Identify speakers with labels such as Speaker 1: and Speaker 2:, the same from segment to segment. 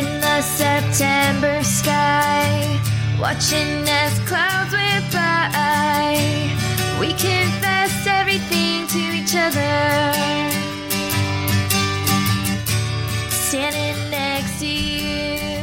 Speaker 1: a September sky, watching as clouds went by. We confessed everything to each other. Standing next to you.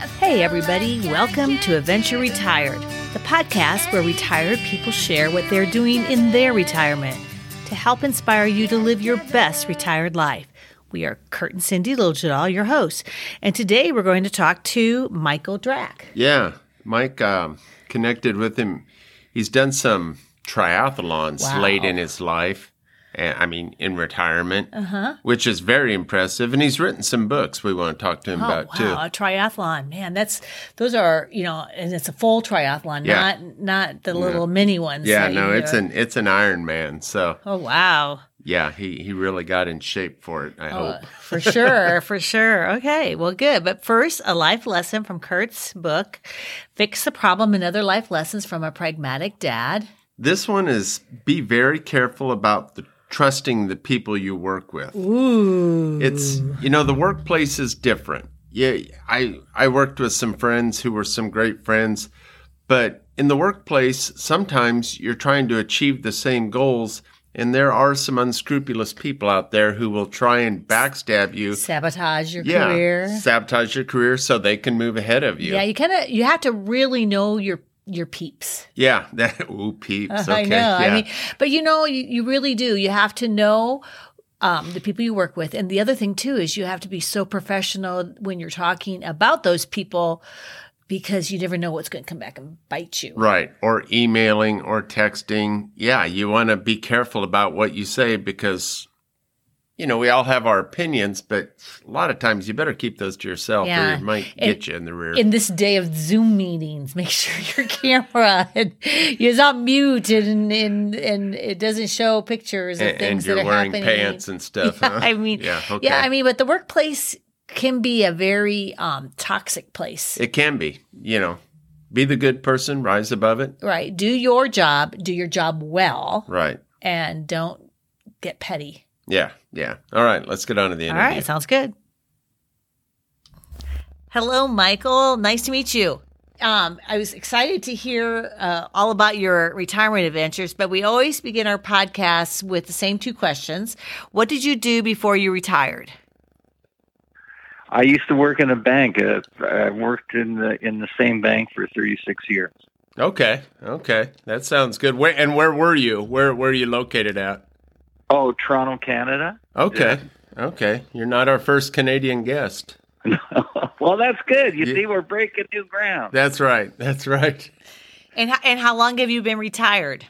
Speaker 1: I
Speaker 2: Hey,
Speaker 1: feel
Speaker 2: everybody,
Speaker 1: like I
Speaker 2: welcome to
Speaker 1: can't
Speaker 2: Adventure
Speaker 1: do
Speaker 2: Retired, the podcast where retired people share what they're doing in their retirement to help inspire you to live your best retired life. We are Kurt and Cindy Liljedal, your hosts, and today we're going to talk to Michael Drack.
Speaker 3: Yeah, Mike um, connected with him. He's done some triathlons
Speaker 2: Wow.
Speaker 3: late in his life. And, I mean, in retirement,
Speaker 2: Uh-huh.
Speaker 3: which is very impressive. And he's written some books we want to talk to him
Speaker 2: Oh,
Speaker 3: about too.
Speaker 2: wow, a triathlon, man! That's those are you know, and it's a full triathlon,
Speaker 3: Yeah.
Speaker 2: not not the little mini ones.
Speaker 3: Yeah,
Speaker 2: that
Speaker 3: no,
Speaker 2: you
Speaker 3: it's
Speaker 2: do.
Speaker 3: an it's an Iron Man. So
Speaker 2: oh wow.
Speaker 3: yeah, he he really got in shape for it. I
Speaker 2: Oh,
Speaker 3: hope.
Speaker 2: for sure, for sure. Okay, well, good. But first, a life lesson from Kurt's book, Fix the Problem and Other Life Lessons from a Pragmatic Dad.
Speaker 3: This one is be very careful about the trusting the people you work with.
Speaker 2: Ooh.
Speaker 3: It's you know the workplace is different. Yeah, I I worked with some friends who were some great friends, but in the workplace sometimes you're trying to achieve the same goals and there are some unscrupulous people out there who will try and backstab you.
Speaker 2: Sabotage your
Speaker 3: Yeah,
Speaker 2: career.
Speaker 3: sabotage your career so they can move ahead of you.
Speaker 2: Yeah, you kind of you have to really know your your peeps.
Speaker 3: Yeah, that ooh peeps. Okay,
Speaker 2: I know.
Speaker 3: yeah.
Speaker 2: I mean, but you know, you, you really do. You have to know um, the people you work with, and the other thing too is you have to be so professional when you're talking about those people because you never know what's going to come back and bite you.
Speaker 3: Right. Or emailing or texting. Yeah, you want to be careful about what you say because, you know, we all have our opinions, but a lot of times you better keep those to yourself or
Speaker 2: Yeah.
Speaker 3: it might
Speaker 2: And-
Speaker 3: get you in the rear.
Speaker 2: in this day of Zoom meetings, make sure your camera is on mute and, and and it doesn't show pictures of
Speaker 3: A- and,
Speaker 2: things
Speaker 3: you're
Speaker 2: that are
Speaker 3: wearing
Speaker 2: happening.
Speaker 3: pants and stuff. huh?
Speaker 2: I mean,
Speaker 3: yeah,
Speaker 2: yeah,
Speaker 3: okay.
Speaker 2: I mean, but the workplace can be a very um, toxic place,
Speaker 3: it can be, you know, be the good person, rise above it.
Speaker 2: right? Do your job, do your job well,
Speaker 3: Right.
Speaker 2: and don't get petty.
Speaker 3: Yeah. Yeah. All right. Let's get on to the
Speaker 2: All
Speaker 3: interview.
Speaker 2: right, sounds good. Hello, Michael. Nice to meet you. Um, I was excited to hear uh, all about your retirement adventures, but we always begin our podcasts with the same two questions. What did you do before you retired?
Speaker 4: I used to work in a bank. Uh, I worked in the in the same bank for 36 years.
Speaker 3: Okay. Okay. That sounds good. Where and where were you? Where were you located at?
Speaker 4: Oh, Toronto, Canada.
Speaker 3: Okay. Okay. You're not our first Canadian guest.
Speaker 4: well, that's good. You
Speaker 3: Yeah.
Speaker 4: see, we're breaking new ground.
Speaker 3: That's right. That's right.
Speaker 2: And, ho- and how long have you been retired?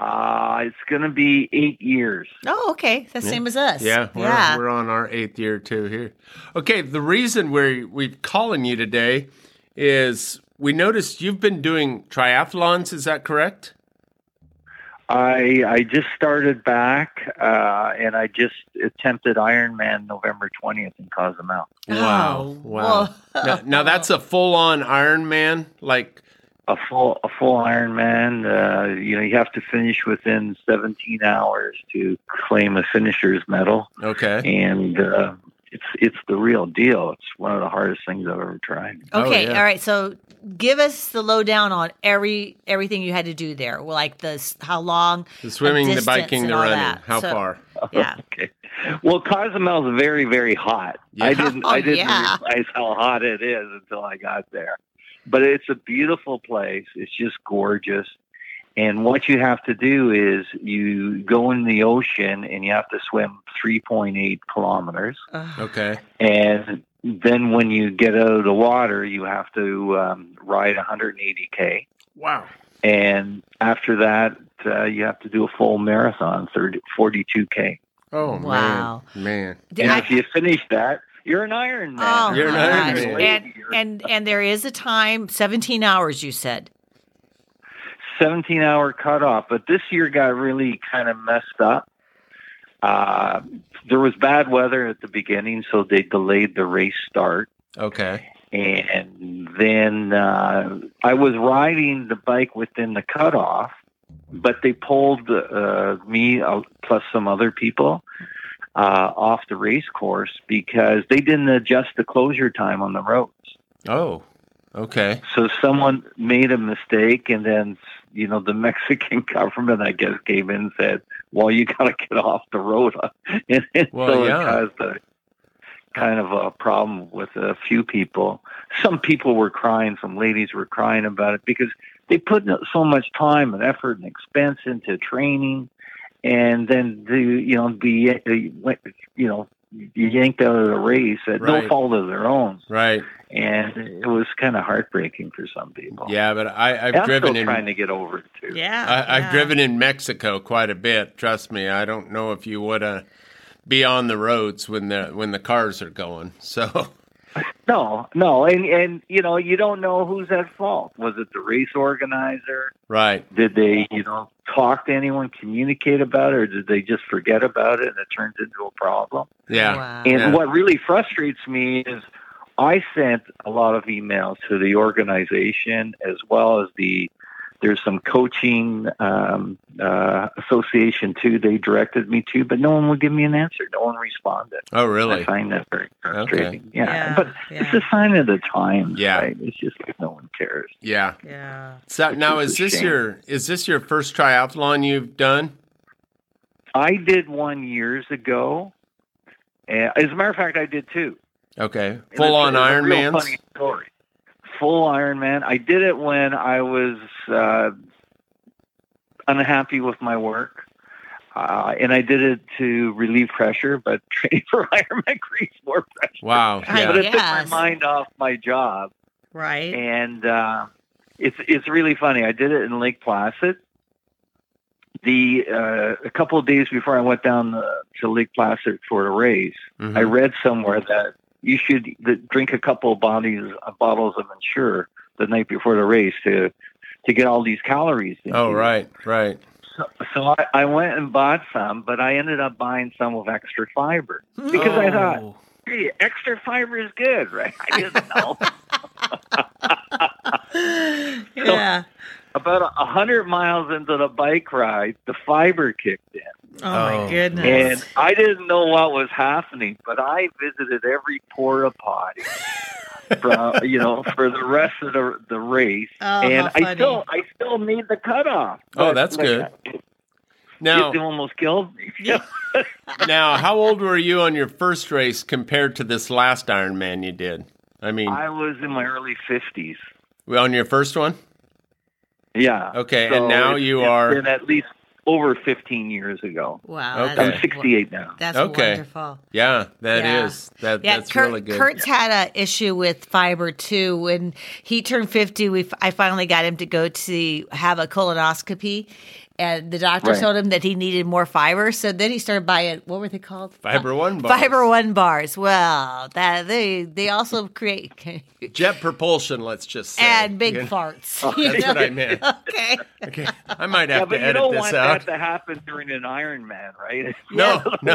Speaker 4: Uh, it's going to be eight years.
Speaker 2: Oh, okay. That's same as us.
Speaker 3: Yeah, we're,
Speaker 2: yeah.
Speaker 3: we're on our eighth year too here. Okay, the reason we're we're calling you today is we noticed you've been doing triathlons. Is that correct?
Speaker 4: I I just started back, uh, and I just attempted Ironman November 20th in Cozumel.
Speaker 2: Oh,
Speaker 3: wow.
Speaker 2: whoa.
Speaker 3: Now, now that's a full-on Ironman. Like,
Speaker 4: A full a full Ironman. Uh, you know, you have to finish within 17 hours to claim a finisher's medal.
Speaker 3: okay,
Speaker 4: and uh, it's it's the real deal. It's one of the hardest things I've ever tried.
Speaker 3: Oh,
Speaker 2: Okay,
Speaker 3: yeah.
Speaker 2: all right. So give us the lowdown on every everything you had to do there. Well, Like this, how long?
Speaker 3: the swimming, the
Speaker 2: distance
Speaker 3: biking,
Speaker 2: and
Speaker 3: the
Speaker 2: all
Speaker 3: running.
Speaker 2: that.
Speaker 3: How
Speaker 2: So-
Speaker 3: far?
Speaker 2: Yeah.
Speaker 4: Okay. Well, Cozumel's very very hot.
Speaker 3: Yeah.
Speaker 4: I didn't I didn't
Speaker 2: Oh, Yeah.
Speaker 4: realize how hot it is until I got there. But it's a beautiful place. It's just gorgeous. And what you have to do is you go in the ocean and you have to swim 3.8 kilometers.
Speaker 2: Ugh.
Speaker 3: Okay,
Speaker 4: And then when you get out of the water, you have to um, ride 180K.
Speaker 3: wow.
Speaker 4: and after that uh, you have to do a full marathon 30, 42k
Speaker 3: Oh
Speaker 2: Wow.
Speaker 3: man, man.
Speaker 2: Did
Speaker 4: and
Speaker 2: I-
Speaker 4: if you finish that you're an iron man
Speaker 2: Oh,
Speaker 3: You're an
Speaker 2: my
Speaker 3: Iron
Speaker 2: gosh.
Speaker 3: Man.
Speaker 2: And, and and there is a time, seventeen hours. You said.
Speaker 4: 17 hour cutoff but this year got really kind of messed up uh, there was bad weather at the beginning so they delayed the race start
Speaker 3: Okay,
Speaker 4: and then uh, I was riding the bike within the cutoff, but they pulled uh, me uh, plus some other people uh, off the race course because they didn't adjust the closure time on the roads.
Speaker 3: Oh, okay.
Speaker 4: So someone made a mistake, and then you know the Mexican government, I guess, came in and said, "Well, you got to get off the road," and, and
Speaker 3: Well,
Speaker 4: so
Speaker 3: yeah.
Speaker 4: it caused a kind of a problem with a few people. Some people were crying, some ladies were crying about it because they put in so much time and effort and expense into training, and then the you know be you know yanked out of the race at
Speaker 3: Right.
Speaker 4: no fault of their own
Speaker 3: Right.
Speaker 4: and it was kind of heartbreaking for some people.
Speaker 3: Yeah, but I, I've
Speaker 4: I'm
Speaker 3: driven
Speaker 4: still
Speaker 3: in.
Speaker 4: trying to get over it too.
Speaker 2: Yeah.
Speaker 3: I, I've
Speaker 2: Oh, yeah.
Speaker 3: driven in Mexico quite a bit. Trust me, I don't know if you would uh, be on the roads when the when the cars are going. So
Speaker 4: No, no, and and you know you don't know who's at fault. Was it the race organizer?
Speaker 3: right,
Speaker 4: Did they you know talk to anyone, communicate about it, or did they just forget about it and it turns into a problem?
Speaker 3: yeah,
Speaker 2: Wow.
Speaker 4: And
Speaker 3: Yeah.
Speaker 4: what really frustrates me is I sent a lot of emails to the organization as well as the there's some coaching um, uh, association too they directed me to, but no one would give me an answer. No one responded.
Speaker 3: oh
Speaker 4: I
Speaker 3: really?
Speaker 4: find that very frustrating. Yeah.
Speaker 2: Yeah,
Speaker 4: but it's a sign of the times.
Speaker 3: Yeah.
Speaker 4: right? it's just like no one cares.
Speaker 3: Yeah.
Speaker 2: yeah.
Speaker 3: So now
Speaker 4: is
Speaker 3: is
Speaker 4: a
Speaker 3: this
Speaker 4: shame.
Speaker 3: your is this your first triathlon you've done?
Speaker 4: I did one years ago. And as a matter of fact, I did two.
Speaker 3: Okay,
Speaker 4: And
Speaker 3: full
Speaker 4: it's-
Speaker 3: on
Speaker 4: it's a real
Speaker 3: Ironmans.
Speaker 4: Funny story. Full Iron Man. I did it when I was uh, unhappy with my work, uh, and I did it to relieve pressure. But training for Iron Man creates more pressure.
Speaker 3: Wow.
Speaker 2: I
Speaker 4: But
Speaker 3: Yeah.
Speaker 4: it took my
Speaker 2: Yes.
Speaker 4: mind off my job,
Speaker 2: Right.
Speaker 4: and uh, it's it's really funny. I did it in Lake Placid. The uh, a couple of days before I went down the, to Lake Placid for a race,
Speaker 3: Mhm.
Speaker 4: I read somewhere that you should th- drink a couple of bodies uh, bottles of Ensure the night before the race to to get all these calories. in
Speaker 3: Oh
Speaker 4: you.
Speaker 3: right, right.
Speaker 4: So, so I, I went and bought some, but I ended up buying some with extra fiber because I thought,
Speaker 3: Oh.
Speaker 4: hey, extra fiber is good, right? I didn't know.
Speaker 2: yeah.
Speaker 4: About a hundred miles into the bike ride, the fiber kicked in.
Speaker 2: Oh, my
Speaker 3: Oh.
Speaker 2: goodness.
Speaker 4: And I didn't know what was happening, but I visited every porta potty, from, you know, for the rest of the, the race,
Speaker 2: Oh, how
Speaker 4: and I
Speaker 2: funny.
Speaker 4: still I still made the cutoff.
Speaker 3: Oh,
Speaker 4: But,
Speaker 3: that's
Speaker 4: like,
Speaker 3: good.
Speaker 4: It,
Speaker 3: Now,
Speaker 4: it almost killed me.
Speaker 2: Yeah.
Speaker 3: now, how old were you on your first race compared to this last Ironman you did? I mean,
Speaker 4: I was in my early fifties.
Speaker 3: on your first one.
Speaker 4: Yeah.
Speaker 3: Okay, and now
Speaker 4: it's-
Speaker 3: you
Speaker 4: it's
Speaker 3: are-
Speaker 4: been at least over fifteen years ago.
Speaker 2: Wow.
Speaker 3: Okay.
Speaker 4: I'm
Speaker 2: That's,
Speaker 4: sixty eight now.
Speaker 2: That's
Speaker 3: Okay.
Speaker 2: wonderful.
Speaker 3: Yeah, that is
Speaker 2: Yeah.
Speaker 3: that.
Speaker 2: Yeah,
Speaker 3: that's
Speaker 2: Kurt,
Speaker 3: really good.
Speaker 2: Kurt's had a issue with fiber too. When he turned fifty, we f- I finally got him to go to have a colonoscopy, and the doctor
Speaker 4: Right.
Speaker 2: told him that he needed more fiber. So then he started buying what were they called?
Speaker 3: Fiber One bars.
Speaker 2: Fiber One bars. Well, that they they also create
Speaker 3: Jet propulsion. Let's just say.
Speaker 2: and big
Speaker 3: You know,
Speaker 2: farts.
Speaker 3: That's what I meant.
Speaker 2: Okay.
Speaker 3: Okay, I might
Speaker 4: Yeah,
Speaker 3: have
Speaker 4: but
Speaker 3: to
Speaker 4: you
Speaker 3: edit
Speaker 4: don't
Speaker 3: this
Speaker 4: want
Speaker 3: out.
Speaker 4: that to happen during an Ironman, right?
Speaker 3: No, no,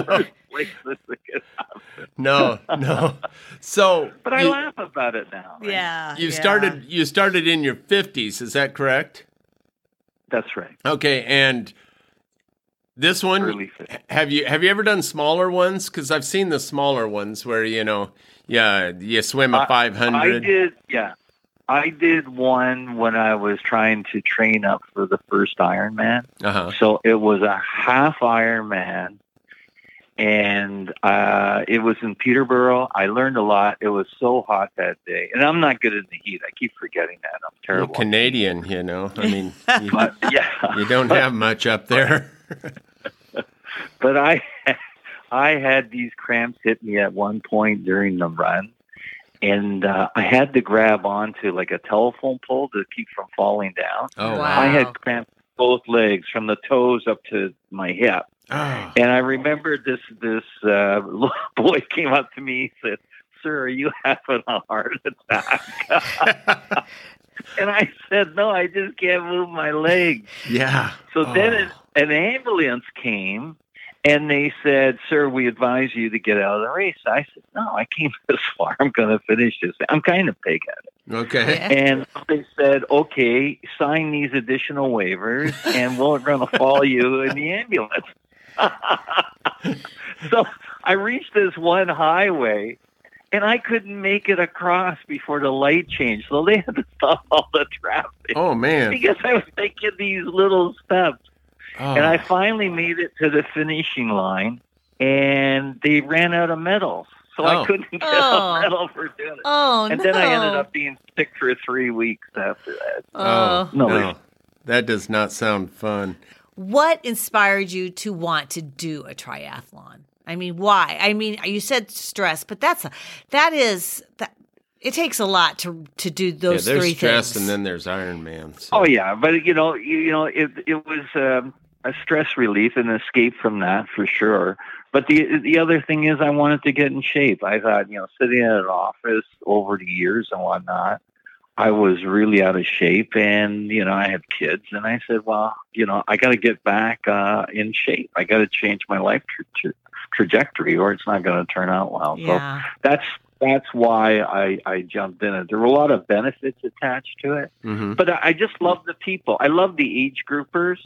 Speaker 4: Like, this is-
Speaker 3: no, no. So,
Speaker 4: but I
Speaker 3: you,
Speaker 4: laugh about it now. right?
Speaker 2: Yeah.
Speaker 3: you
Speaker 2: yeah.
Speaker 3: started. You started in your fifties. Is that correct?
Speaker 4: That's right.
Speaker 3: Okay, and this one.
Speaker 4: Early 50s.
Speaker 3: Have you have you ever done smaller ones? Because I've seen the smaller ones where you know, yeah, you swim a five
Speaker 4: I
Speaker 3: hundred.
Speaker 4: did, yeah. I did one when I was trying to train up for the first Ironman.
Speaker 3: Uh huh.
Speaker 4: So it was a half Ironman, and uh, it was in Peterborough. I learned a lot. It was so hot that day, and I'm not good in the heat. I keep forgetting that. I'm terrible.
Speaker 3: Canadian, you know. I mean, you,
Speaker 4: but yeah,
Speaker 3: you don't have much up there.
Speaker 4: but I I had these cramps hit me at one point during the run, and uh, I had to grab onto like a telephone pole to keep from falling down.
Speaker 3: Oh
Speaker 2: Wow.
Speaker 4: I had cramps both legs from the toes up to my hip,
Speaker 3: wow.
Speaker 4: and I remembered this this uh, little boy came up to me and said. Sir, are you having a heart attack?
Speaker 3: Oh.
Speaker 4: and I said, No, I just can't move my legs.
Speaker 3: Yeah.
Speaker 4: So then
Speaker 3: Oh.
Speaker 4: an, an ambulance came and they said, Sir, we advise you to get out of the race. I said, No, I came this far. I'm going to finish this. I'm kind of big at it.
Speaker 3: Okay.
Speaker 2: Yeah.
Speaker 4: And they said, Okay, sign these additional waivers and we're going to follow you in the ambulance. so I reached this one highway and I couldn't make it across before the light changed. So they had to stop all the traffic
Speaker 3: Oh man.
Speaker 4: because I was taking these little steps.
Speaker 3: Oh.
Speaker 4: And I finally made it to the finishing line and they ran out of medals. So
Speaker 3: Oh.
Speaker 4: I couldn't get
Speaker 2: Oh.
Speaker 4: a medal for doing it.
Speaker 2: Oh
Speaker 4: and
Speaker 2: no.
Speaker 4: then I ended up being sick for three weeks after that.
Speaker 2: Oh.
Speaker 4: No.
Speaker 3: That does not sound fun.
Speaker 2: What inspired you to want to do a triathlon? I mean, why? I mean, you said stress, but that's a, that is that it takes a lot to to do
Speaker 3: Yeah,
Speaker 2: those
Speaker 3: there's
Speaker 2: three
Speaker 3: stress
Speaker 2: things.
Speaker 3: and then there's Iron Man. so-
Speaker 4: Oh yeah, but you know, you, you know, it it was um, a stress relief and an escape from that for sure. But the the other thing is, I wanted to get in shape. I thought, you know, sitting in an office over the years and whatnot, I was really out of shape, and you know, I had kids, and I said, well, you know, I got to get back uh, in shape. I got to change my life tra- tra- trajectory, or it's not going to turn out well. So
Speaker 2: yeah.
Speaker 4: that's that's why I, I jumped in it. There were a lot of benefits attached to it,
Speaker 3: Mhm.
Speaker 4: but I, I just love the people. I love the age groupers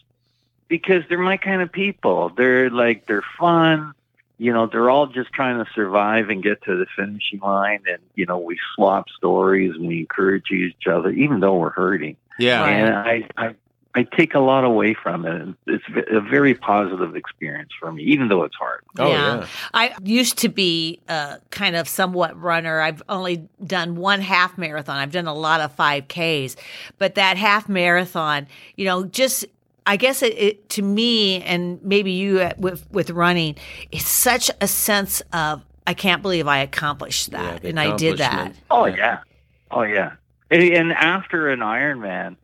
Speaker 4: because they're my kind of people. They're like they're fun. You know, they're all just trying to survive and get to the finishing line. And you know, we swap stories and we encourage each other, even though we're hurting.
Speaker 3: Yeah.
Speaker 2: Right.
Speaker 4: And I, I I take a lot away from it. It's a very positive experience for me, even though it's hard.
Speaker 3: Oh
Speaker 2: Yeah.
Speaker 3: yeah.
Speaker 2: I used to be a kind of somewhat runner. I've only done one half marathon. I've done a lot of 5Ks, but that half marathon, you know, just I guess it, it to me and maybe you at- with with running, it's such a sense of I can't believe I accomplished
Speaker 3: Yeah,
Speaker 2: that
Speaker 3: the
Speaker 2: and I did that.
Speaker 3: accomplishment.
Speaker 4: Oh yeah. Oh yeah. And, and after an Ironman,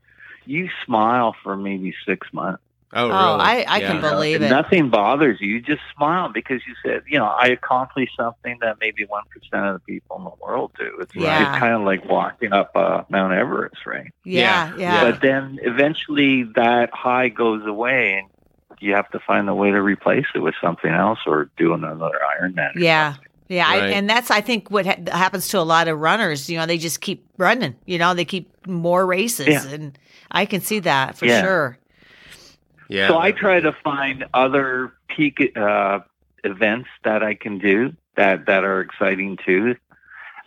Speaker 4: you smile for maybe six months.
Speaker 3: Oh,
Speaker 2: Oh,
Speaker 3: really?
Speaker 2: I, I can
Speaker 3: Yeah.
Speaker 2: believe it.
Speaker 4: Nothing bothers you. You just smile because you said, you know, I accomplished something that maybe one percent of the people in the world do. It's,
Speaker 2: Yeah.
Speaker 4: it's kind of like walking up uh, Mount Everest, right?
Speaker 2: yeah,
Speaker 3: Yeah,
Speaker 2: yeah.
Speaker 4: But then eventually that high goes away, and you have to find a way to replace it with something else or do another Ironman.
Speaker 2: Yeah. Yeah, I,
Speaker 3: Right.
Speaker 2: and that's I think what ha- happens to a lot of runners. You know, they just keep running. You know, they keep more races,
Speaker 4: Yeah.
Speaker 2: and I can see that for
Speaker 4: Yeah.
Speaker 2: sure.
Speaker 3: Yeah.
Speaker 4: so I
Speaker 3: that'd be
Speaker 4: try
Speaker 3: good.
Speaker 4: to find other peak uh, events that I can do that that are exciting too.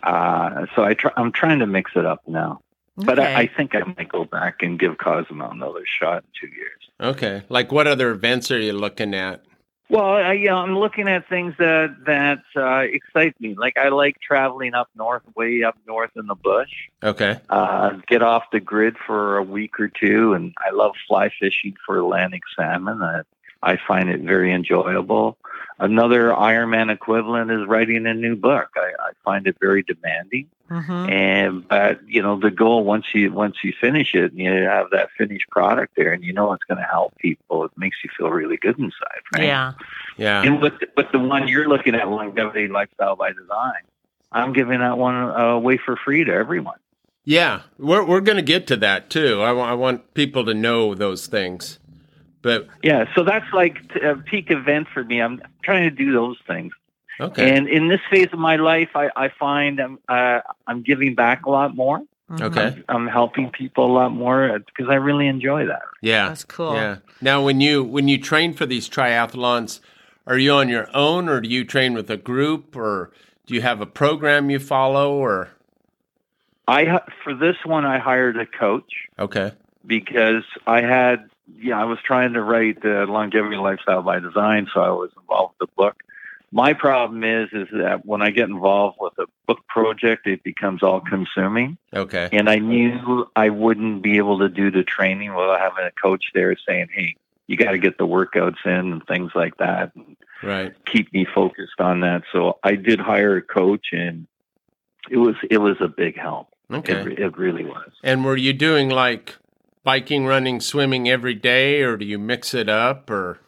Speaker 4: Uh, so I try, I'm trying to mix it up now, but
Speaker 2: Okay.
Speaker 4: I, I think I might go back and give Cosmo another shot in two years.
Speaker 3: Okay. Like, what other events are you looking at?
Speaker 4: Well, I, you know, I'm looking at things that that uh, excite me. Like I like traveling up north, way up north in the bush.
Speaker 3: Okay.
Speaker 4: Uh, get off the grid for a week or two, and I love fly fishing for Atlantic salmon. I, I find it very enjoyable. Another Ironman equivalent is writing a new book. I, I find it very demanding,
Speaker 3: Mm-hmm.
Speaker 2: Mhm.
Speaker 4: and but you know the goal once you once you finish it and you have that finished product there, and you know it's going to help people. It makes you feel really good inside, right?
Speaker 2: Yeah,
Speaker 3: Yeah.
Speaker 4: And with with the one you're looking at, longevity lifestyle by design, I'm giving that one away for free to everyone.
Speaker 3: Yeah. We're we're gonna get to that too. I wa- I want people to know those things. But
Speaker 4: Yeah, so that's like t- a peak event for me. I'm trying to do those things,
Speaker 3: okay.
Speaker 4: and in this phase of my life, I, I find I'm uh, I'm giving back a lot more.
Speaker 2: Mhm.
Speaker 3: okay.
Speaker 4: I'm helping people a lot more because I really enjoy that.
Speaker 3: Yeah.
Speaker 2: that's cool.
Speaker 3: Yeah. Now, when you when you train for these triathlons, are you on your own, or do you train with a group, or do you have a program you follow, or
Speaker 4: I hi- for this one, I hired a coach
Speaker 3: okay,
Speaker 4: because I had yeah I was trying to write the longevity lifestyle by design, so I was involved with the book. My problem is is that when I get involved with a book project, it becomes all consuming.
Speaker 3: okay,
Speaker 4: And I knew I wouldn't be able to do the training without having a coach there saying, hey, you got to get the workouts in and things like that and
Speaker 3: right,
Speaker 4: keep me focused on that. So I did hire a coach and it was it was a big help. It,
Speaker 3: okay.
Speaker 4: re- it really was.
Speaker 3: And were you doing like biking, running, swimming every day, or do you mix it up, or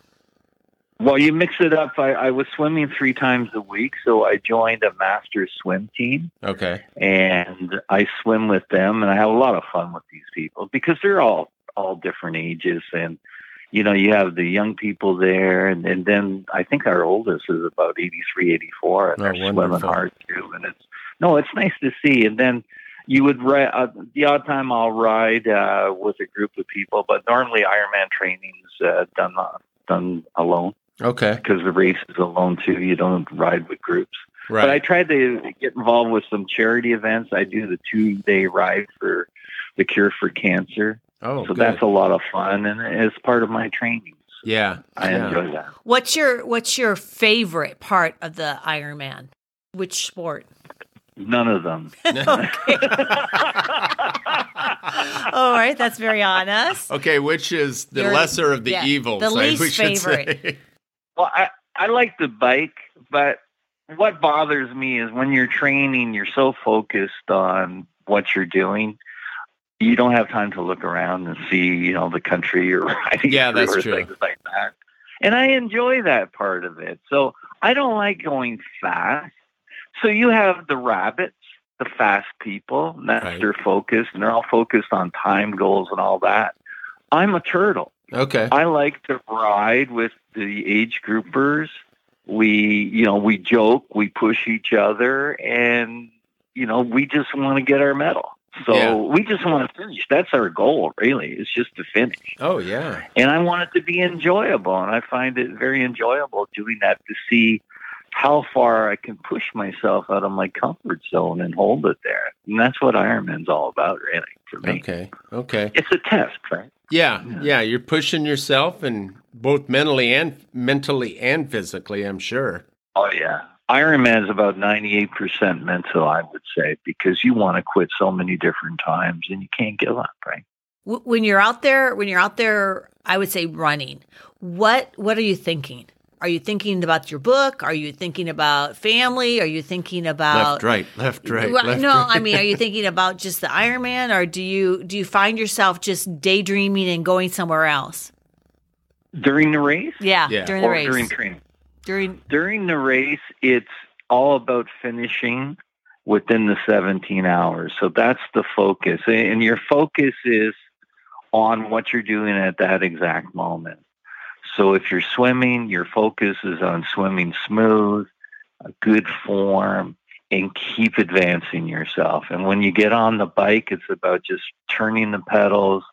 Speaker 4: Well, you mix it up. I, I was swimming three times a week, so I joined a master swim team.
Speaker 3: okay,
Speaker 4: and I swim with them, and I have a lot of fun with these people because they're all all different ages, and you know you have the young people there, and, and then I think our oldest is about eighty three, eighty four, and
Speaker 3: Oh,
Speaker 4: they're swimming
Speaker 3: wonderful.
Speaker 4: hard too, and it's no, it's nice to see, and then. You would ride uh, the odd time I'll ride uh, with a group of people, but normally Ironman training's uh, done uh, done alone.
Speaker 3: Okay.
Speaker 4: because the race is alone too. You don't ride with groups. But I
Speaker 3: Right.
Speaker 4: tried to get involved with some charity events. I do the two day ride for the cure for cancer.
Speaker 3: oh,
Speaker 4: so
Speaker 3: good.
Speaker 4: that's a lot of fun and it's part of my training.
Speaker 3: yeah.
Speaker 4: I
Speaker 3: yeah.
Speaker 4: enjoy that.
Speaker 2: What's your What's your favorite part of the Ironman? Which sport?
Speaker 4: None of them.
Speaker 2: All right, that's very on us.
Speaker 3: Okay, which is the
Speaker 2: Your-
Speaker 3: lesser of the
Speaker 2: yeah,
Speaker 3: evils?
Speaker 2: the
Speaker 3: I- we
Speaker 2: least
Speaker 3: should say.
Speaker 4: Well, I, I like the bike, but what bothers me is when you're training, you're so focused on what you're doing. You don't have time to look around and see, you know, the country you're riding
Speaker 3: Yeah,
Speaker 4: through
Speaker 3: that's
Speaker 4: or
Speaker 3: true.
Speaker 4: things like that. And I enjoy that part of it. So I don't like going fast. So you have the rabbits, the fast people, and that's
Speaker 3: Right.
Speaker 4: their focus, and they're all focused on time goals and all that. I'm a turtle.
Speaker 3: Okay.
Speaker 4: I like to ride with the age groupers. We, you know, we joke, we push each other, and you know, we just want to get our medal. So
Speaker 3: Yeah.
Speaker 4: we just want to finish. That's our goal, really. It's just to finish,
Speaker 3: Oh yeah.
Speaker 4: and I want it to be enjoyable. And I find it very enjoyable doing that to see how far I can push myself out of my comfort zone and hold it there. And that's what Ironman's all about, really, for me.
Speaker 3: Okay. Okay.
Speaker 4: It's a test, right?
Speaker 3: Yeah.
Speaker 4: Yeah.
Speaker 3: Yeah. You're pushing yourself, and both mentally and mentally and physically. I'm sure.
Speaker 4: Oh yeah. Iron Man is about 98% mental, I would say, because you want to quit so many different times and you can't give up, right?
Speaker 2: W- When you're out there, when you're out there, I would say running. What What are you thinking? Are you thinking about your book? Are you thinking about family? Are you thinking about
Speaker 3: left, right, left, right.
Speaker 2: Well,
Speaker 3: left,
Speaker 2: no,
Speaker 3: right.
Speaker 2: I mean, are you thinking about just the Ironman, or do you do you find yourself just daydreaming and going somewhere else?
Speaker 4: During the race
Speaker 2: Yeah,
Speaker 3: Yeah.
Speaker 2: during the
Speaker 4: or
Speaker 2: race.
Speaker 4: during training?
Speaker 2: During-
Speaker 4: During the race, it's all about finishing within the 17 hours. So that's the focus. And your focus is on what you're doing at that exact moment. So if you're swimming, your focus is on swimming smooth, a good form, and keep advancing yourself. And when you get on the bike, it's about just turning the pedals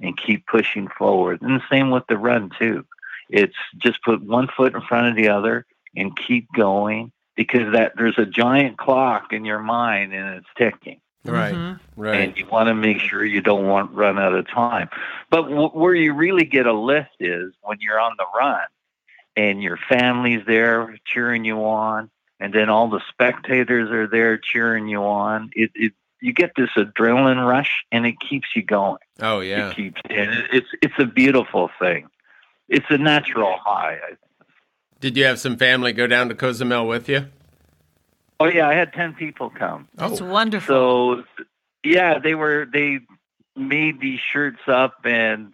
Speaker 4: and keep pushing forward. And the same with the run, too. It's just put one foot in front of the other and keep going because that there's a giant clock in your mind and it's ticking
Speaker 3: right,
Speaker 2: Mhm.
Speaker 3: right.
Speaker 4: and you want to make sure you don't want run out of time. But w- where you really get a lift is when you're on the run and your family's there cheering you on, and then all the spectators are there cheering you on. It, it you get this adrenaline rush, and it keeps you going.
Speaker 3: Oh yeah.
Speaker 4: It keeps and it, it's it's a beautiful thing. It's a natural high. I think.
Speaker 3: Did you have some family go down to Cozumel with you?
Speaker 4: Oh yeah, I had ten people come.
Speaker 2: That's
Speaker 3: oh,
Speaker 2: wonderful.
Speaker 4: So, yeah, they were they made these shirts up and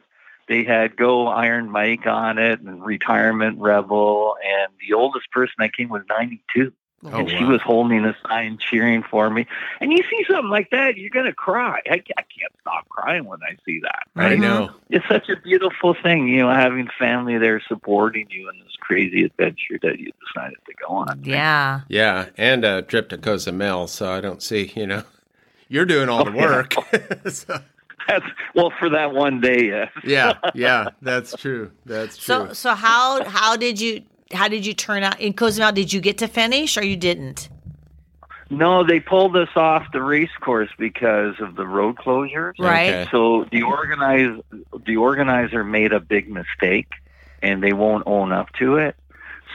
Speaker 4: they had go Iron Mike on it and retirement rebel and the oldest person I came was 92
Speaker 3: Oh,
Speaker 4: and she
Speaker 3: wow.
Speaker 4: was holding a sign cheering for me and you see something like that you're gonna cry I, I can't stop crying when I see that
Speaker 3: I
Speaker 4: right
Speaker 3: know.
Speaker 4: it's such a beautiful thing you know having family there supporting you in this crazy adventure that you decided to go on
Speaker 2: yeah,
Speaker 3: Yeah, and a trip to Cozumel. So I don't see. You know, you're doing all the
Speaker 4: Oh, yeah.
Speaker 3: work. So-
Speaker 4: that's well for that one day uh, yes
Speaker 3: yeah, yeah, that's true. That's true.
Speaker 2: So so how how did you how did you turn out in Cozumel? Did you get to finish or you didn't?
Speaker 4: No, they pulled us off the race course because of the road closures.
Speaker 2: Right.
Speaker 3: Okay.
Speaker 4: So the organize the organizer made a big mistake, and they won't own up to it.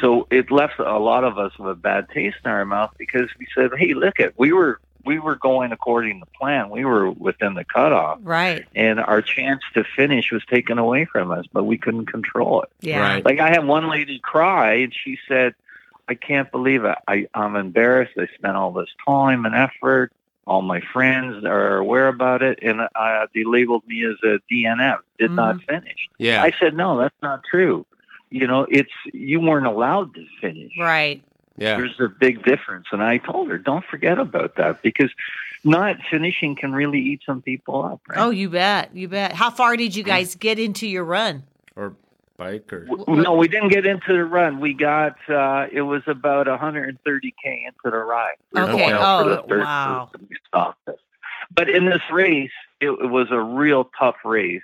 Speaker 4: So it left a lot of us with a bad taste in our mouth because we said, "Hey, look at we were we were going according to plan. We were within the cutoff,
Speaker 2: Right.
Speaker 4: and our chance to finish was taken away from us, but we couldn't control it."
Speaker 2: Yeah.
Speaker 3: Right.
Speaker 4: Like I had one lady cry, and she said, "I can't believe it. I, I'm embarrassed. I spent all this time and effort. All my friends are aware about it, and uh, they labeled me as a DNF. Did not finish."
Speaker 3: Yeah.
Speaker 4: I said, "No, that's not true. You know, it's you weren't allowed to finish.
Speaker 2: Right.
Speaker 3: yeah.
Speaker 4: There's a big difference." And I told her, "Don't forget about that because not finishing can really eat some people up." Right?
Speaker 2: Oh, you bet. You bet. How far did you guys get into your run?
Speaker 3: Or bike or
Speaker 4: W- No, we didn't get into the run. We got uh, it was about 130k into the ride. We were
Speaker 2: Okay.
Speaker 4: going out for the
Speaker 2: Oh,
Speaker 4: third
Speaker 2: wow.
Speaker 4: person. We stopped it. But in this race, it, it was a real tough race.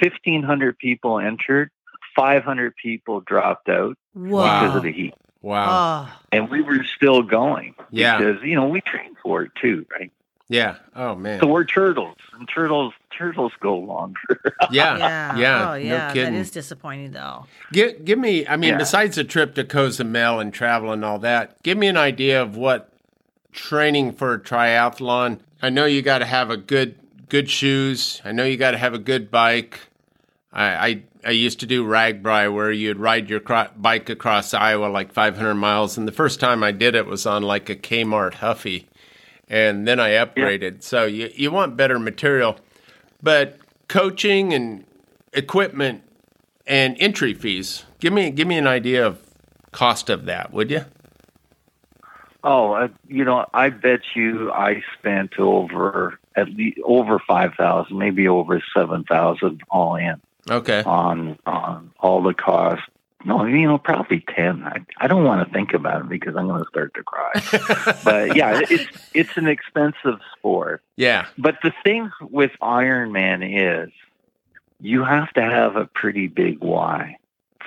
Speaker 4: 1,500 people entered. 500 people dropped out because
Speaker 2: Wow.
Speaker 4: of the heat,
Speaker 3: Wow.
Speaker 2: Oh,
Speaker 4: and we were still going.
Speaker 3: Yeah.
Speaker 4: because you know we train for it too, right?
Speaker 3: yeah. Oh man.
Speaker 4: So we're turtles, and turtles turtles go longer.
Speaker 3: Yeah.
Speaker 2: yeah.
Speaker 3: Yeah.
Speaker 2: Oh, yeah.
Speaker 3: No
Speaker 2: that
Speaker 3: kidding.
Speaker 2: is disappointing, though.
Speaker 3: give, give me, I mean,
Speaker 4: Yeah.
Speaker 3: besides the trip to Cozumel and travel and all that, give me an idea of what training for a triathlon. I know you got to have a good, good shoes. I know you got to have a good bike. I, I, I used to do ragbri where you'd ride your cro- bike across Iowa like 500 miles. And the first time I did it was on like a Kmart Huffy. And then I upgraded. So you, you want better material. But coaching and equipment and entry fees. Give me give me an idea of cost of that, would you?
Speaker 4: Oh, I, you know, I bet you I spent over at least over five thousand, maybe over seven thousand all in
Speaker 3: Okay.
Speaker 4: on on all the costs. No, you know, probably ten. I, I don't want to think about it because I'm going to start to cry. but yeah, it's it's an expensive sport.
Speaker 3: Yeah.
Speaker 4: But the thing with Ironman is you have to have a pretty big why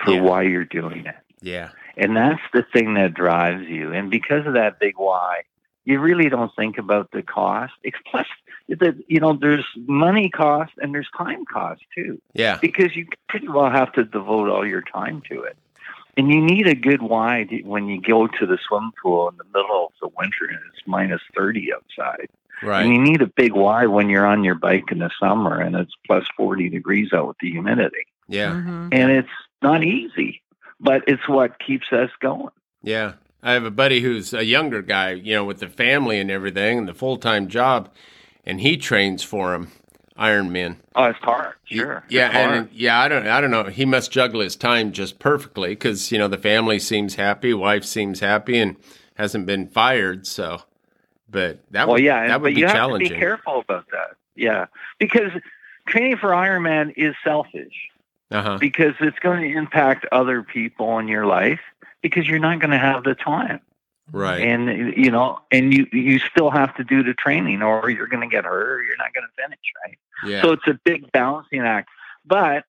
Speaker 4: for
Speaker 3: Yeah.
Speaker 4: why you're doing it.
Speaker 3: Yeah.
Speaker 4: And that's the thing that drives you. And because of that big why, you really don't think about the cost. It's plus, the, you know, there's money cost and there's time cost too,
Speaker 3: Yeah.
Speaker 4: because you pretty well have to devote all your time to it. And you need a good why to- when you go to the swim pool in the middle of the winter and it's minus 30 outside. And
Speaker 3: Right.
Speaker 4: you need a big why when you're on your bike in the summer and it's plus 40 degrees out with the humidity.
Speaker 3: Yeah.
Speaker 2: Mhm.
Speaker 4: And it's not easy, but it's what keeps us going.
Speaker 3: Yeah. I have a buddy who's a younger guy, you know, with the family and everything and the full time job, and he trains for him Iron Man.
Speaker 4: Oh, it's hard. Sure.
Speaker 3: Yeah,
Speaker 4: It's hard.
Speaker 3: and yeah, I don't, I don't know. He must juggle his time just perfectly because you know the family seems happy, wife seems happy, and hasn't been fired. So, but that
Speaker 4: well,
Speaker 3: would
Speaker 4: yeah, and-
Speaker 3: that would
Speaker 4: but
Speaker 3: be
Speaker 4: you have
Speaker 3: challenging.
Speaker 4: to be careful about that. Yeah, because training for Ironman is selfish
Speaker 3: uh huh.
Speaker 4: because it's going to impact other people in your life because you're not going to have the time.
Speaker 3: Right.
Speaker 4: And you know, and you you still have to do the training or you're going to get hurt or you're not going to finish, right?
Speaker 3: yeah.
Speaker 4: So it's a big balancing act. But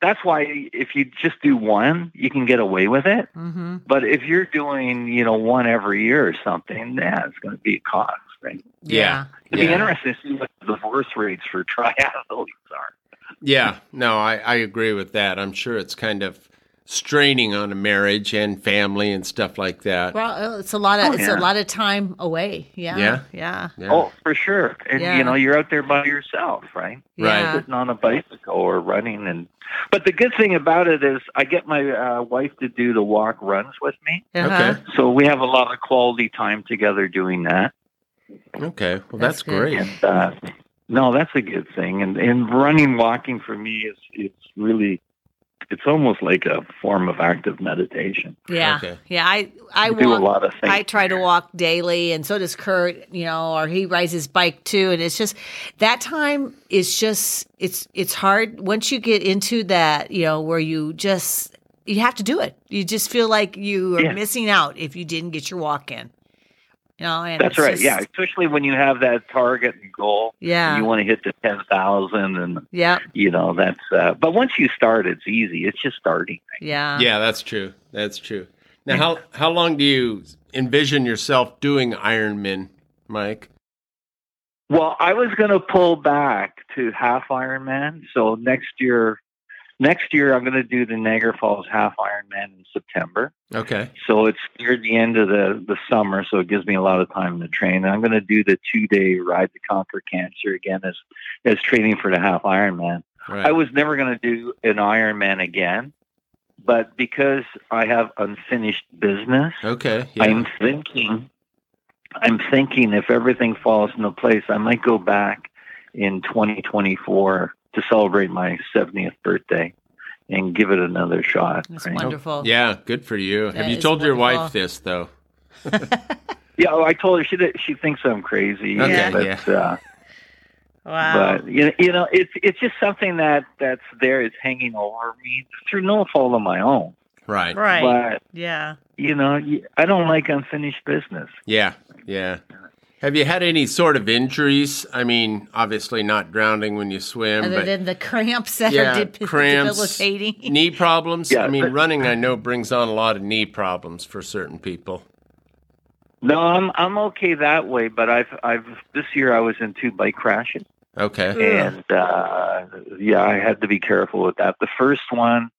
Speaker 4: that's why if you just do one, you can get away with it.
Speaker 2: Mhm.
Speaker 4: But if you're doing, you know, one every year or something, yeah, it's going to be a cost, right?
Speaker 2: Yeah.
Speaker 3: Yeah.
Speaker 4: It'd be
Speaker 3: Yeah.
Speaker 4: interesting to see what the divorce rates for triathletes are.
Speaker 3: Yeah, no, I, I agree with that. I'm sure it's kind of straining on a marriage and family and stuff like that.
Speaker 2: Well, uh, it's a lot of
Speaker 4: Oh,
Speaker 2: it's
Speaker 4: yeah.
Speaker 2: a lot of time away. Yeah.
Speaker 3: Yeah.
Speaker 2: Yeah.
Speaker 3: Yeah.
Speaker 4: Oh, for sure. And
Speaker 2: Yeah.
Speaker 4: you know, you're out there by yourself, right?
Speaker 3: Right.
Speaker 2: Yeah.
Speaker 4: Sitting on a bicycle or running and but the good thing about it is I get my uh, wife to do the walk runs with me.
Speaker 2: Uh-huh.
Speaker 4: So we have a lot of quality time together doing that.
Speaker 3: Okay. Well,
Speaker 2: That's
Speaker 3: that's,
Speaker 2: good.
Speaker 3: great.
Speaker 4: And, uh, no, that's a good thing. And and running, walking for me is it's really, it's almost like a form of active meditation.
Speaker 2: Yeah.
Speaker 3: Okay.
Speaker 2: Yeah. I I
Speaker 4: You do
Speaker 2: walk
Speaker 4: a lot of things.
Speaker 2: I try to walk daily, and so does Kurt. You know, or he rides his bike too, and it's just that time is just it's it's hard once you get into that. You know, where you just you have to do it. You just feel like you are
Speaker 4: Yeah.
Speaker 2: missing out if you didn't get your walk in. You know, and it's
Speaker 4: That's right.
Speaker 2: just-
Speaker 4: yeah, especially when you have that target and goal.
Speaker 2: yeah,
Speaker 4: You want to hit the ten thousand, and
Speaker 2: yeah,
Speaker 4: you know that's. Uh, but once you start, it's easy. It's just starting.
Speaker 2: yeah,
Speaker 3: Yeah, that's true. That's true. Now, how how long do you envision yourself doing Ironman, Mike?
Speaker 4: Well, I was going to pull back to half Ironman. So next year, next year I'm going to do the Niagara Falls half Ironman in September.
Speaker 3: Okay.
Speaker 4: So it's near the end of the, the summer, so it gives me a lot of time to train. And I'm going to do the two day ride to conquer cancer again as as training for the half Ironman.
Speaker 3: All right.
Speaker 4: I was never going to do an Ironman again, but because I have unfinished business,
Speaker 3: okay.
Speaker 4: I'm thinking, I'm thinking if everything falls into place, I might go back in 2024 to celebrate my 70th birthday and give it another shot.
Speaker 2: That's
Speaker 4: right?
Speaker 2: wonderful.
Speaker 3: yeah. Good for you.
Speaker 2: That
Speaker 3: Have you
Speaker 2: is
Speaker 3: told your
Speaker 2: wonderful.
Speaker 3: wife this though?
Speaker 4: Yeah, oh, I told her she did, she thinks I'm crazy.
Speaker 3: Okay,
Speaker 4: but, Uh,
Speaker 2: Wow.
Speaker 4: but you know, you know, it's it's just something that that's there. It's hanging over me through no fault of my own.
Speaker 3: Right.
Speaker 2: right.
Speaker 4: But
Speaker 2: yeah.
Speaker 4: you know, you- I don't like unfinished business.
Speaker 3: Yeah. Yeah. Have you had any sort of injuries? I mean, obviously not drowning when you swim,
Speaker 2: Other
Speaker 3: but
Speaker 2: than the cramps that
Speaker 3: yeah,
Speaker 2: are de-
Speaker 3: cramps,
Speaker 2: debilitating.
Speaker 3: knee problems.
Speaker 4: Yeah,
Speaker 3: I mean,
Speaker 4: but-
Speaker 3: running I know brings on a lot of knee problems for certain people.
Speaker 4: No, I'm I'm okay that way, but I've I've this year I was in two bike crashes,
Speaker 3: Okay.
Speaker 4: and uh, yeah, I had to be careful with that. The first one,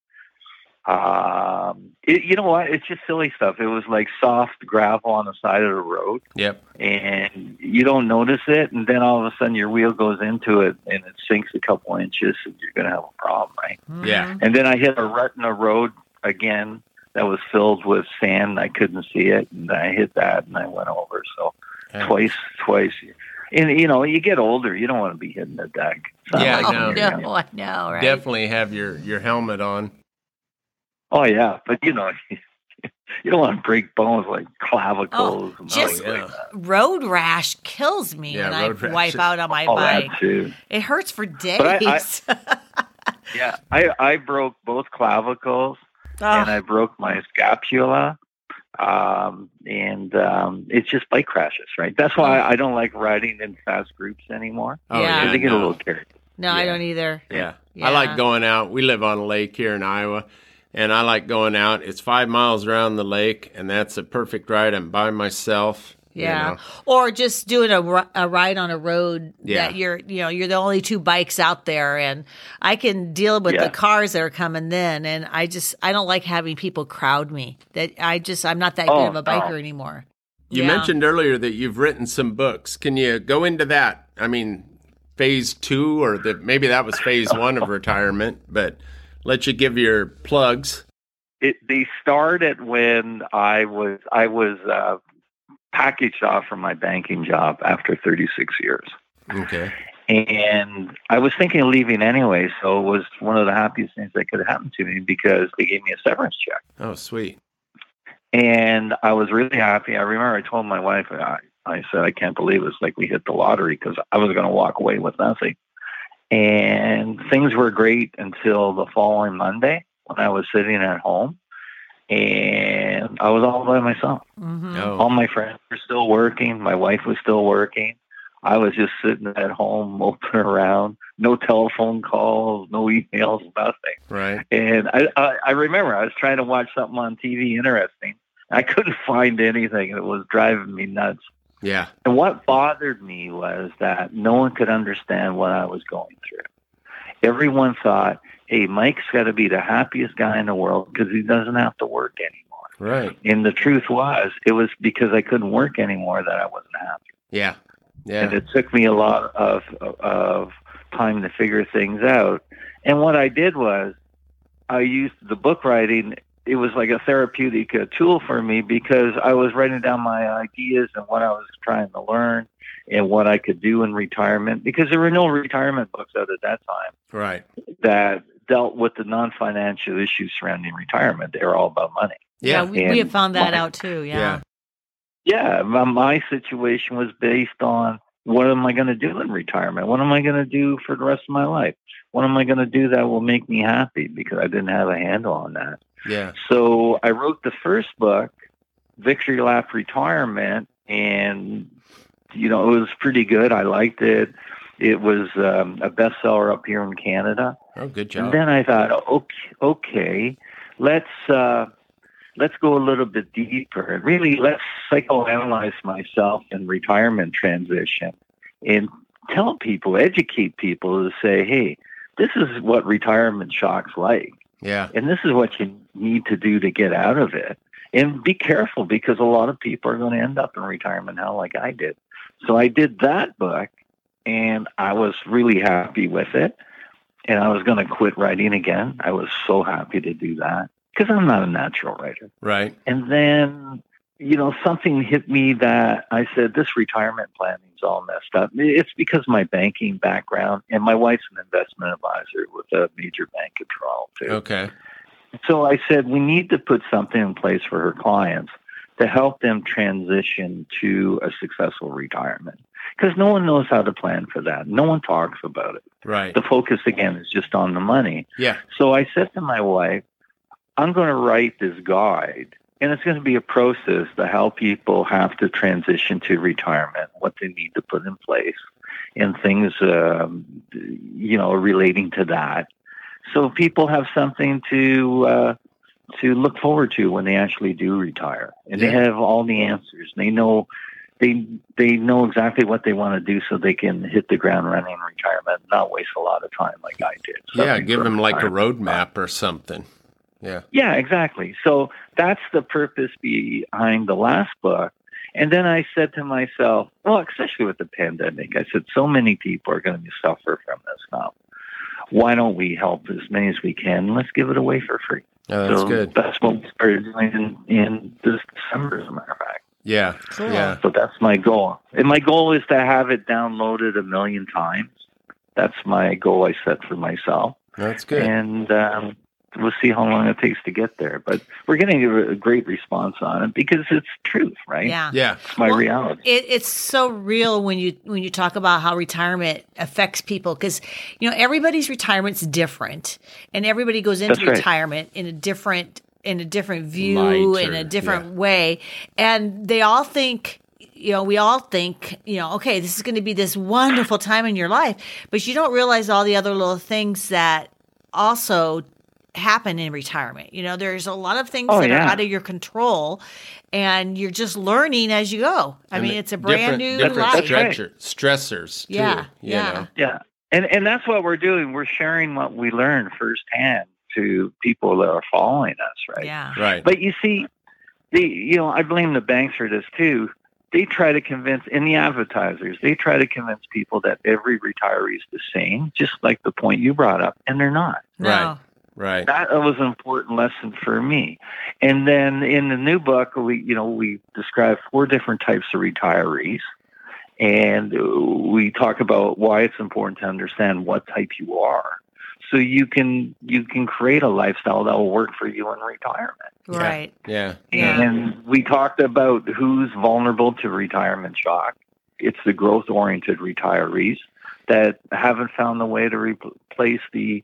Speaker 4: um, it, you know what? It's just silly stuff. It was like soft gravel on the side of the road,
Speaker 3: Yep.
Speaker 4: and you don't notice it, and then all of a sudden your wheel goes into it and it sinks a couple inches, and you're gonna have a problem, right?
Speaker 2: Mhm.
Speaker 3: Yeah.
Speaker 4: And then I hit a rut in the road again that was filled with sand. and I couldn't see it, and I hit that, and I went over. So
Speaker 3: Yeah.
Speaker 4: twice, twice. And you know, you get older, you don't want to be hitting the deck. It's not
Speaker 3: Yeah, I
Speaker 2: Oh,
Speaker 3: know.
Speaker 2: no, I know, right?
Speaker 3: Definitely have your your helmet on.
Speaker 4: Oh yeah, but you know, you don't want to break bones like clavicles. and
Speaker 2: just-
Speaker 4: all that.
Speaker 3: Yeah.
Speaker 2: Road rash kills me
Speaker 3: Yeah,
Speaker 2: when I
Speaker 3: road rash
Speaker 2: wipe
Speaker 3: is-
Speaker 2: out on my
Speaker 4: all
Speaker 2: bike.
Speaker 4: that too.
Speaker 2: It hurts for days.
Speaker 4: I- I- Yeah, I I broke both clavicles and
Speaker 2: Oh, Ah.
Speaker 4: I broke my scapula. Um, and um, it's just bike crashes, right? That's why I don't like riding in fast groups anymore.
Speaker 3: Oh,
Speaker 2: Yeah.
Speaker 3: yeah.
Speaker 4: They get a
Speaker 3: no.
Speaker 4: little carried.
Speaker 2: no, I
Speaker 3: yeah.
Speaker 2: don't either.
Speaker 3: Yeah.
Speaker 2: Yeah.
Speaker 3: I like going out. We live on a lake here in Iowa, and I like going out. It's five miles around the lake, and that's a perfect ride. I'm by myself. you
Speaker 2: Yeah,
Speaker 3: know.
Speaker 2: or just doing a, ri- a ride on a road
Speaker 3: Yeah.
Speaker 2: that you're, you know, you're the only two bikes out there, and I can deal with
Speaker 4: Yeah.
Speaker 2: the cars that are coming then, and I just I don't like having people crowd me. That I just I'm not that
Speaker 4: Oh,
Speaker 2: good of a
Speaker 4: no.
Speaker 2: biker anymore.
Speaker 3: You
Speaker 2: Yeah.
Speaker 3: mentioned earlier that you've written some books. Can you go into that? I mean, phase two, or that maybe that was phase one of retirement, but let you give your plugs.
Speaker 4: it they started when I was I was uh, packaged off from my banking job after 36 years,
Speaker 3: Okay.
Speaker 4: and I was thinking of leaving anyway. So it was one of the happiest things that could have happened to me because they gave me a severance check,
Speaker 3: Oh, sweet.
Speaker 4: and I was really happy. I remember I told my wife, I, I said, I can't believe it's like we hit the lottery because I was going to walk away with nothing. And things were great until the following Monday when I was sitting at home. And I was all by myself.
Speaker 2: hmm
Speaker 3: Oh,
Speaker 4: All my friends were still working. My wife was still working. I was just sitting at home, moping around. No telephone calls, no emails, nothing.
Speaker 3: right.
Speaker 4: And I, I, I remember I was trying to watch something on TV interesting. I couldn't find anything. It was driving me nuts.
Speaker 3: Yeah.
Speaker 4: And what bothered me was that no one could understand what I was going through. Everyone thought, hey, Mike's got to be the happiest guy in the world because he doesn't have to work anymore.
Speaker 3: Right.
Speaker 4: And the truth was, it was because I couldn't work anymore that I wasn't happy.
Speaker 3: Yeah.
Speaker 4: And
Speaker 3: Yeah.
Speaker 4: it took me a lot of of time to figure things out. And what I did was, I used the book writing. It was like a therapeutic uh, tool for me because I was writing down my ideas and what I was trying to learn and what I could do in retirement because there were no retirement books out at that time
Speaker 3: Right.
Speaker 4: that dealt with the non-financial issues surrounding retirement. They were all about money.
Speaker 2: yeah,
Speaker 3: Yeah.
Speaker 2: we, we have
Speaker 4: and
Speaker 2: found that
Speaker 4: my-
Speaker 2: out too. Yeah.
Speaker 3: Yeah.
Speaker 4: yeah, my, my situation was based on what am I going to do in retirement? What am I going to do for the rest of my life? What am I going to do that will make me happy? Because I didn't have a handle on that.
Speaker 3: Yeah.
Speaker 4: So I wrote the first book, Victory Lap Retirement, and you know it was pretty good. I liked it. It was um, a bestseller up here in Canada.
Speaker 3: Oh, good
Speaker 4: And
Speaker 3: job.
Speaker 4: then I thought, okay, okay let's uh, let's go a little bit deeper and really let's psychoanalyze myself in retirement transition and tell people, educate people to say, hey, this is what retirement shock's like,
Speaker 3: Yeah.
Speaker 4: and this is what you need to do to get out of it. And be careful because a lot of people are going to end up in retirement hell like I did. So I did that book and I was really happy with it and I was going to quit writing again. I was so happy to do that because I'm not a natural writer.
Speaker 3: Right.
Speaker 4: And then, you know, something hit me that I said, this retirement planning is all messed up. It's because my banking background and my wife's an investment advisor with a major bank in Toronto, too.
Speaker 3: Okay.
Speaker 4: So I said, we need to put something in place for her clients to help them transition to a successful retirement because no one knows how to plan for that. No one talks about it.
Speaker 3: Right.
Speaker 4: The focus, again, is just on the money.
Speaker 3: Yeah.
Speaker 4: So I said to my wife, I'm going to write this guide. And And it's going to be a process to how people have to transition to retirement, what they need to put in place, and things, um, you know, relating to that. So people have something to uh, to look forward to when they actually do retire, and they
Speaker 3: Yeah.
Speaker 4: have all the answers. They know they they know exactly what they want to do, so they can hit the ground running in retirement, not waste a lot of time like I did.
Speaker 3: yeah,
Speaker 4: suffering
Speaker 3: give
Speaker 4: from
Speaker 3: them like a
Speaker 4: retirement.
Speaker 3: roadmap or something. Yeah.
Speaker 4: Yeah, exactly. So that's the purpose behind the last book. And then I said to myself, well, especially with the pandemic, I said, so many people are going to suffer from this now. Why don't we help as many as we can? Let's give it away for free.
Speaker 3: Yeah, Oh, that's
Speaker 4: so
Speaker 3: good.
Speaker 4: that's what we started doing in, in this December, as a matter of fact.
Speaker 3: Yeah.
Speaker 2: Cool.
Speaker 3: Yeah.
Speaker 4: So that's my goal. And my goal is to have it downloaded a million times. That's my goal I set for myself
Speaker 3: That's good.
Speaker 4: and um, we'll see how long it takes to get there. But we're getting a, a great response on it because it's truth, right?
Speaker 2: Yeah.
Speaker 3: yeah.
Speaker 4: It's my
Speaker 2: Well,
Speaker 4: reality.
Speaker 2: It, it's so real when you when you talk about how retirement affects people because you know everybody's retirement's different and everybody goes into
Speaker 4: That's right.
Speaker 2: retirement in a different in a different view
Speaker 3: Light
Speaker 2: in
Speaker 3: or-
Speaker 2: a different way and they all think you know we all think you know okay this is going to be this wonderful time in your life but you don't realize all the other little things that also happen in retirement you know there's a lot of things
Speaker 4: Oh,
Speaker 2: that
Speaker 4: yeah.
Speaker 2: are out of your control and you're just learning as you go i mean
Speaker 3: And
Speaker 2: it's a
Speaker 3: different-
Speaker 2: brand new
Speaker 3: different
Speaker 2: life
Speaker 4: right.
Speaker 3: stressor- stressors too.
Speaker 2: Yeah,
Speaker 3: you
Speaker 2: yeah.
Speaker 3: know.
Speaker 4: Yeah, and and that's what we're doing. We're sharing what we learn firsthand to people that are following us, right?
Speaker 2: yeah
Speaker 3: Right.
Speaker 4: But you see, the you know I blame the banks for this too. They try to convince, and the advertisers, they try to convince people that every retiree is the same, just like the point you brought up, and they're not.
Speaker 2: no.
Speaker 3: Right. right.
Speaker 4: that was an important lesson for me. And then in the new book, we you know we describe four different types of retirees, and uh, we talk about why it's important to understand what type you are, so you can you can create a lifestyle that will work for you in retirement.
Speaker 3: Yeah.
Speaker 2: right
Speaker 3: Yeah.
Speaker 2: Yeah.
Speaker 4: And we talked about who's vulnerable to retirement shock. It's the growth oriented retirees that haven't found the way to replace the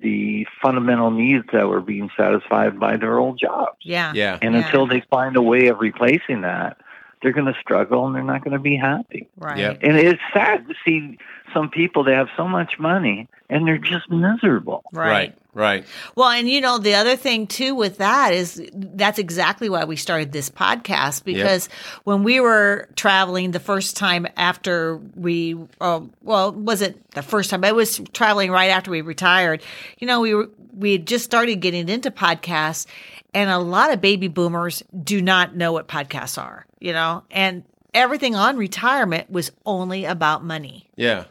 Speaker 4: the fundamental needs that were being satisfied by their old jobs.
Speaker 2: yeah
Speaker 3: Yeah.
Speaker 4: And
Speaker 2: Yeah.
Speaker 4: until they find a way of replacing that, they're going to struggle and they're not going to be happy.
Speaker 2: right
Speaker 3: Yep.
Speaker 4: And it's sad to see some people that have so much money and they're just miserable.
Speaker 2: right
Speaker 3: Right. Right.
Speaker 2: Well, and you know, the other thing too with that is that's exactly why we started this podcast because when we were traveling the first time after we, um, well, it wasn't the first time, but it was traveling right after we retired. You know, we were, we had just started getting into podcasts and a lot of baby boomers do not know what podcasts are, you know, and everything on retirement was only about money.
Speaker 3: Yeah.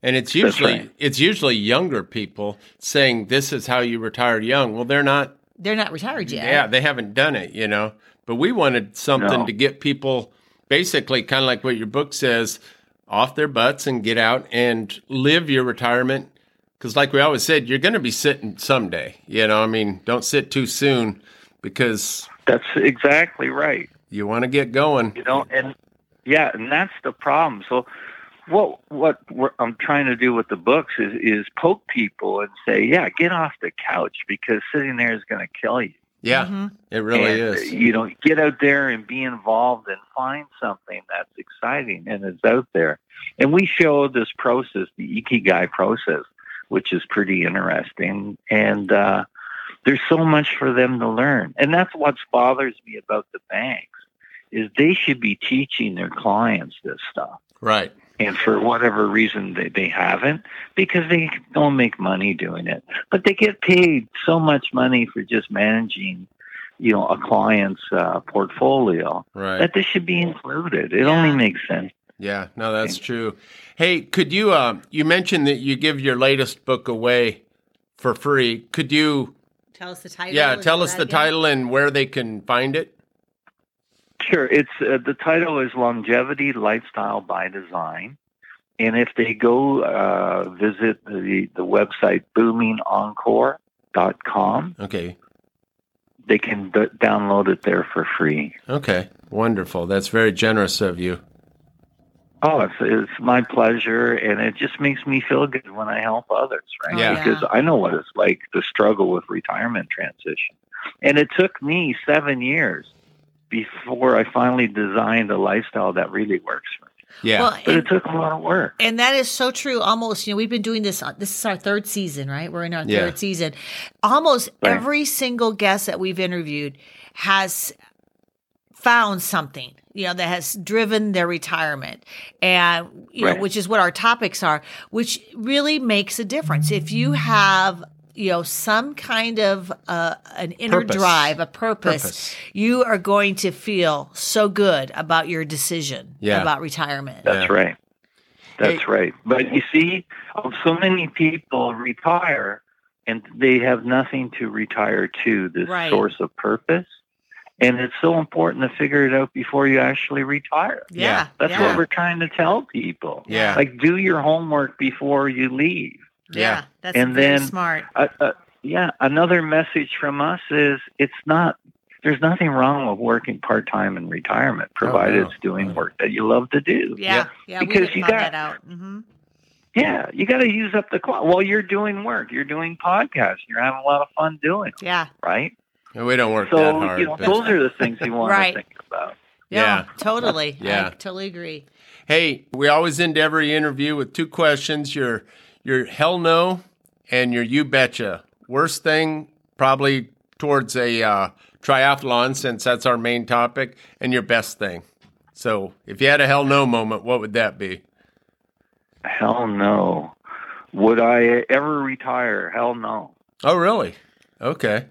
Speaker 3: And it's usually
Speaker 4: right.
Speaker 3: it's usually younger people saying this is how you retire young. Well, they're not
Speaker 2: They're not retired yet.
Speaker 3: yeah, they haven't done it, you know. But we wanted something
Speaker 4: No.
Speaker 3: to get people basically kind of like what your book says off their butts and get out and live your retirement cuz like we always said you're going to be sitting someday. You know, I mean, don't sit too soon because
Speaker 4: That's exactly right.
Speaker 3: you want to get going.
Speaker 4: you know and yeah and that's the problem so what what we're, i'm trying to do with the books is is poke people and say yeah get off the couch because sitting there is going to kill you
Speaker 3: Yeah,
Speaker 2: Mhm.
Speaker 3: it really
Speaker 4: Mm-hmm. And, uh,
Speaker 3: is.
Speaker 4: you know get out there and be involved and find something that's exciting and is out there and we show this process the ikigai process which is pretty interesting and uh there's so much for them to learn. And that's what bothers me about the banks is they should be teaching their clients this stuff.
Speaker 3: Right.
Speaker 4: And for whatever reason they, they haven't because they don't make money doing it. But they get paid so much money for just managing, you know, a client's uh, portfolio
Speaker 3: Right.
Speaker 4: that this should be included. It
Speaker 2: Yeah.
Speaker 4: only makes sense.
Speaker 3: Yeah, no, that's true. Hey, could you? Um, you mentioned that you give your latest book away for free. Could you?
Speaker 2: Tell us the title.
Speaker 3: Yeah,
Speaker 2: and
Speaker 3: tell
Speaker 2: all
Speaker 3: us
Speaker 2: that
Speaker 3: the
Speaker 2: again.
Speaker 3: title and where they can find it.
Speaker 4: Sure. It's uh, the title is Longevity Lifestyle by Design, and if they go uh, visit the the website boomingencore.com,
Speaker 3: Okay.
Speaker 4: they can d- download it there for free.
Speaker 3: Okay. Wonderful. That's very generous of you.
Speaker 4: Oh, it's it's my pleasure, and it just makes me feel good when I help others, right?
Speaker 3: Yeah.
Speaker 4: Because I know what it's like to struggle with retirement transition. And it took me seven years before I finally designed a lifestyle that really works for me.
Speaker 3: Yeah.
Speaker 2: Well,
Speaker 4: But
Speaker 2: and,
Speaker 4: it took a lot of work.
Speaker 2: and that is so true. Almost, you know, we've been doing this. uh, This is our third season, right? We're in our
Speaker 3: Yeah.
Speaker 2: third season. Almost
Speaker 4: Right.
Speaker 2: every single guest that we've interviewed has found something, you know, that has driven their retirement, and you know,
Speaker 4: Right.
Speaker 2: which is what our topics are, which really makes a difference. If you have you know some kind of uh, an inner
Speaker 3: Purpose.
Speaker 2: drive, a purpose,
Speaker 3: Purpose.
Speaker 2: you are going to feel so good about your decision
Speaker 3: Yeah.
Speaker 2: about retirement.
Speaker 4: That's right. That's
Speaker 3: Hey-
Speaker 4: right. But you see, um, so many people retire and they have nothing to retire to, this
Speaker 2: Right.
Speaker 4: source of purpose. And it's so important to figure it out before you actually retire.
Speaker 2: Yeah,
Speaker 4: That's
Speaker 2: yeah.
Speaker 4: what we're trying to tell people.
Speaker 3: Yeah.
Speaker 4: Like, do your homework before you leave.
Speaker 2: Yeah,
Speaker 3: Yeah.
Speaker 2: that's
Speaker 4: And
Speaker 2: very
Speaker 4: then-
Speaker 2: smart.
Speaker 4: Uh, uh, yeah, another message from us is it's not, there's nothing wrong with working part time in retirement, provided
Speaker 3: Oh, no.
Speaker 4: it's doing work that you love to do.
Speaker 2: Yeah, yeah, we
Speaker 4: Because
Speaker 2: didn't
Speaker 4: you
Speaker 2: find
Speaker 4: got-
Speaker 2: that out. hmm
Speaker 4: Yeah, you got to use up the clock. Well, you're doing work, you're doing podcasts, you're having a lot of fun doing, it,
Speaker 2: Yeah,
Speaker 4: right?
Speaker 3: And we don't work that
Speaker 4: so
Speaker 3: hard.
Speaker 4: you know,
Speaker 3: but-
Speaker 4: those are the things you want
Speaker 2: Right.
Speaker 4: to think about.
Speaker 2: yeah,
Speaker 3: Yeah.
Speaker 2: totally. I
Speaker 3: Yeah.
Speaker 2: totally agree.
Speaker 3: hey, we always end every interview with two questions: your your hell no and your you betcha. Worst thing probably towards a uh, triathlon, since that's our main topic, and your best thing. So, if you had a hell no moment, what would that be?
Speaker 4: Hell no. Would I ever retire? Hell no.
Speaker 3: Oh, really? Okay.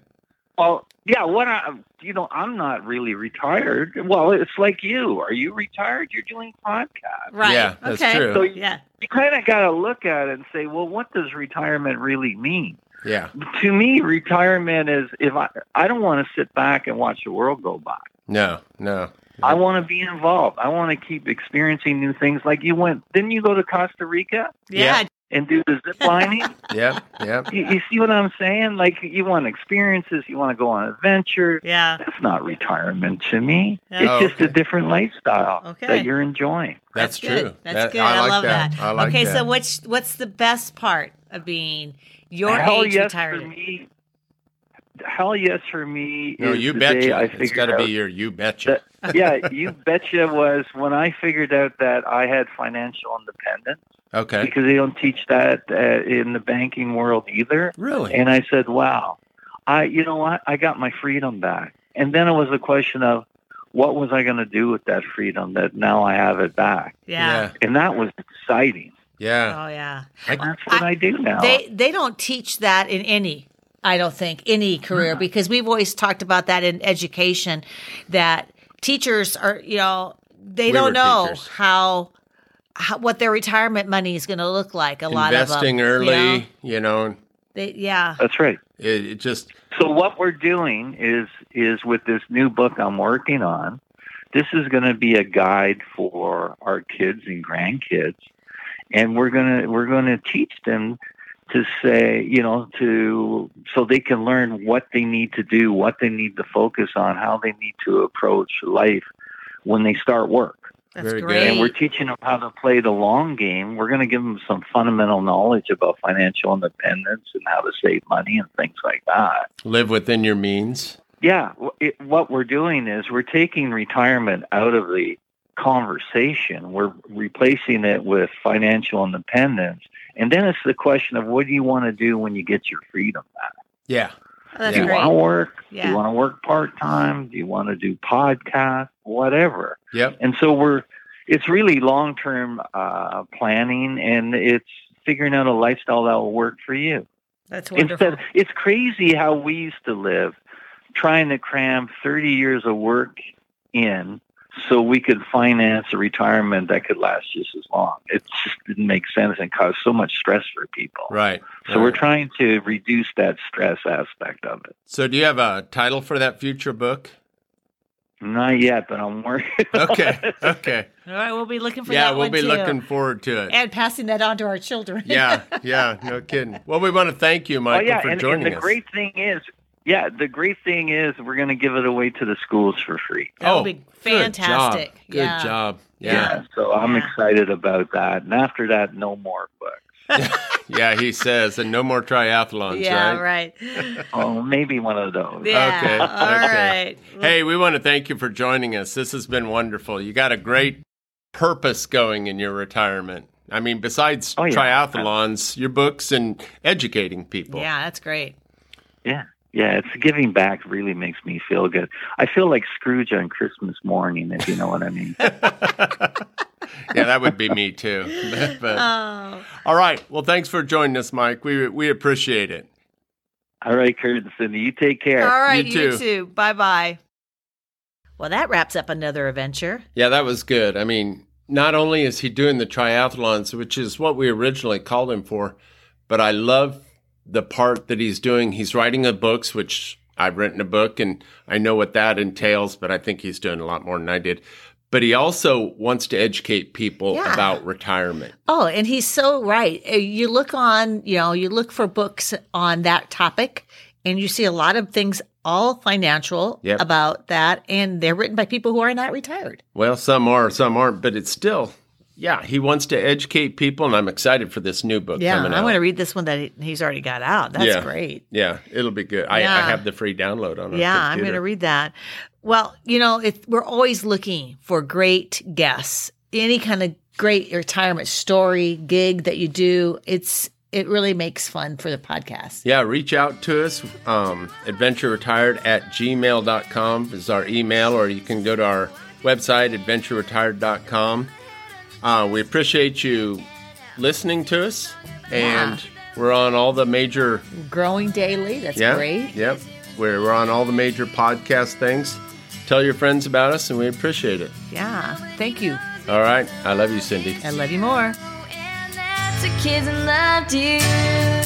Speaker 4: Well, yeah, what I, you know, I'm not really retired. Well, it's like you. Are you retired? You're doing podcasts.
Speaker 2: Right.
Speaker 3: Yeah, that's
Speaker 2: okay.
Speaker 3: true.
Speaker 4: So you,
Speaker 2: Yeah.
Speaker 4: you kind of got to look at it and say, well, what does retirement really mean?
Speaker 3: Yeah.
Speaker 4: to me, retirement is if I I don't want to sit back and watch the world go by.
Speaker 3: No. No.
Speaker 4: I want to be involved. I want to keep experiencing new things. Like you went, didn't you go to Costa Rica
Speaker 2: Yeah.
Speaker 3: Yeah.
Speaker 4: and do the zip lining?
Speaker 3: Yep. Yep.
Speaker 4: you, you see what I'm saying? Like you want experiences. You want to go on adventures.
Speaker 2: Yeah.
Speaker 4: That's not retirement to me.
Speaker 2: Yeah.
Speaker 4: It's
Speaker 3: Oh,
Speaker 4: just a
Speaker 3: okay.
Speaker 4: different lifestyle
Speaker 2: Okay.
Speaker 4: that you're enjoying.
Speaker 3: That's,
Speaker 2: good.
Speaker 3: true.
Speaker 2: That's
Speaker 3: That-
Speaker 2: good.
Speaker 3: I,
Speaker 2: I,
Speaker 3: like
Speaker 2: love that.
Speaker 3: I like
Speaker 2: okay,
Speaker 3: that.
Speaker 2: so what's what's the best part of being your
Speaker 4: Hell
Speaker 2: age
Speaker 4: yes
Speaker 2: retired?
Speaker 4: for me. Hell yes for me.
Speaker 3: no,
Speaker 4: is
Speaker 3: you
Speaker 4: the
Speaker 3: betcha.
Speaker 4: day I
Speaker 3: it's
Speaker 4: figured
Speaker 3: got to
Speaker 4: out
Speaker 3: be your you betcha.
Speaker 4: yeah, you betcha was when I figured out that I had financial independence
Speaker 3: Okay.
Speaker 4: because they don't teach that uh, in the banking world either.
Speaker 3: Really?
Speaker 4: And I said, "Wow, I you know what? I got my freedom back." And then it was a question of what was I going to do with that freedom that now I have it back,
Speaker 2: Yeah.
Speaker 4: and that was exciting.
Speaker 3: Yeah.
Speaker 2: Oh yeah.
Speaker 4: And that's what I, do now.
Speaker 2: They they don't teach that in any I don't think any career because we've always talked about that in education that teachers are you know they
Speaker 3: We were
Speaker 2: don't know
Speaker 3: teachers.
Speaker 2: how, how what their retirement money is going to look like a lot of them
Speaker 3: Investing
Speaker 2: you know?
Speaker 3: early, you know,
Speaker 2: They, yeah.
Speaker 4: that's right.
Speaker 3: it, it just
Speaker 4: So what we're doing is is with this new book I'm working on, this is going to be a guide for our kids and grandkids, and we're gonna we're gonna teach them to say you know to so they can learn what they need to do, what they need to focus on, how they need to approach life when they start work.
Speaker 2: That's
Speaker 3: Very good.
Speaker 2: great.
Speaker 4: And we're teaching them how to play the long game. We're going to give them some fundamental knowledge about financial independence and how to save money and things like that.
Speaker 3: live within your means.
Speaker 4: Yeah, w- it, what we're doing is we're taking retirement out of the conversation. We're replacing it with financial independence. And then it's the question of what do you want to do when you get your freedom back?
Speaker 3: Yeah.
Speaker 2: Oh, that's
Speaker 4: do you
Speaker 2: great.
Speaker 4: want to work? Do
Speaker 2: Yeah.
Speaker 4: you want to work part time? Do you want to do podcasts? Whatever.
Speaker 3: Yep.
Speaker 4: And so we're, it's really long term uh, planning and it's figuring out a lifestyle that will work for you.
Speaker 2: That's wonderful.
Speaker 4: Instead, it's crazy how we used to live, trying to cram 30 years of work in so we could finance a retirement that could last just as long. It just didn't make sense and caused so much stress for people.
Speaker 3: Right.
Speaker 4: So we're
Speaker 3: right.
Speaker 4: trying to reduce that stress aspect of it.
Speaker 3: So do you have a title for that future book?
Speaker 4: Not yet, but I'm working. on
Speaker 3: Okay.
Speaker 4: it.
Speaker 3: okay.
Speaker 2: All right, we'll be looking for
Speaker 3: Yeah,
Speaker 2: that
Speaker 3: we'll
Speaker 2: one
Speaker 3: be
Speaker 2: too.
Speaker 3: looking forward to it.
Speaker 2: and passing that on to our children.
Speaker 3: yeah, yeah, no kidding. Well, we want to thank you,
Speaker 4: Oh
Speaker 3: Michael,
Speaker 4: yeah,
Speaker 3: for
Speaker 4: and,
Speaker 3: joining
Speaker 4: and the
Speaker 3: us.
Speaker 4: great thing is, yeah, the great thing is we're going to give it away to the schools for free.
Speaker 2: that would
Speaker 3: Oh,
Speaker 2: be
Speaker 3: Good job.
Speaker 2: fantastic.
Speaker 3: Good
Speaker 2: yeah.
Speaker 3: job. Yeah.
Speaker 2: Yeah.
Speaker 4: so I'm
Speaker 2: Yeah.
Speaker 4: excited about that. And after that, no more books.
Speaker 3: yeah, he says, and no more triathlons,
Speaker 2: yeah,
Speaker 3: right?
Speaker 2: right.
Speaker 4: Oh, maybe one of those.
Speaker 2: Yeah.
Speaker 3: Okay,
Speaker 2: All
Speaker 3: okay.
Speaker 2: right.
Speaker 3: Hey, we want to thank you for joining us. This has been wonderful. You got a great purpose going in your retirement. I mean, besides
Speaker 4: Oh, yeah.
Speaker 3: triathlons, your books and educating people.
Speaker 2: Yeah, that's great.
Speaker 4: Yeah. Yeah, it's giving back really makes me feel good. I feel like Scrooge on Christmas morning, if you know what I mean.
Speaker 3: Yeah, that would be me too. But-
Speaker 2: Oh,
Speaker 3: all right. Well, thanks for joining us, Mike. We we appreciate it.
Speaker 4: All right, Kurt and Cindy, you take care.
Speaker 2: all right, you,
Speaker 3: You
Speaker 2: too.
Speaker 3: too.
Speaker 2: Bye bye. Well, that wraps up another adventure.
Speaker 3: Yeah, that was good. I mean, not only is he doing the triathlons, which is what we originally called him for, but I love the part that he's doing. He's writing the books, which I've written a book and I know what that entails, but I think he's doing a lot more than I did. But he also wants to educate people
Speaker 2: Yeah.
Speaker 3: about retirement.
Speaker 2: Oh, and he's so right. Uh, You look on, you know, you look for books on that topic, and you see a lot of things all financial
Speaker 3: Yep.
Speaker 2: about that, and they're written by people who are not retired.
Speaker 3: Well, some are, some aren't, but it's still, yeah, he wants to educate people. And I'm excited for this new book
Speaker 2: Yeah,
Speaker 3: coming
Speaker 2: I
Speaker 3: out.
Speaker 2: want to read this one that he- he's already got out. That's
Speaker 3: Yeah.
Speaker 2: great.
Speaker 3: yeah, it'll be good. I,
Speaker 2: Yeah.
Speaker 3: I have the free download on. our
Speaker 2: Yeah, I'm going to
Speaker 3: computer.
Speaker 2: read that. Well, you know, it, we're always looking for great guests. Any kind of great retirement story gig that you do, it's it really makes fun for the podcast.
Speaker 3: Yeah, reach out to us. Um, adventureretired at gmail.com is our email, or you can go to our website, adventureretired.com. Uh, we appreciate you listening to us, and we're on all the major.
Speaker 2: Growing daily, that's
Speaker 3: Yeah,
Speaker 2: great.
Speaker 3: Yep. We're, we're on all the major podcast things. Tell your friends about us, and we appreciate it.
Speaker 2: Yeah, thank you.
Speaker 3: All right. I love you, Cindy.
Speaker 2: I love you more.
Speaker 1: and that the kids loved you.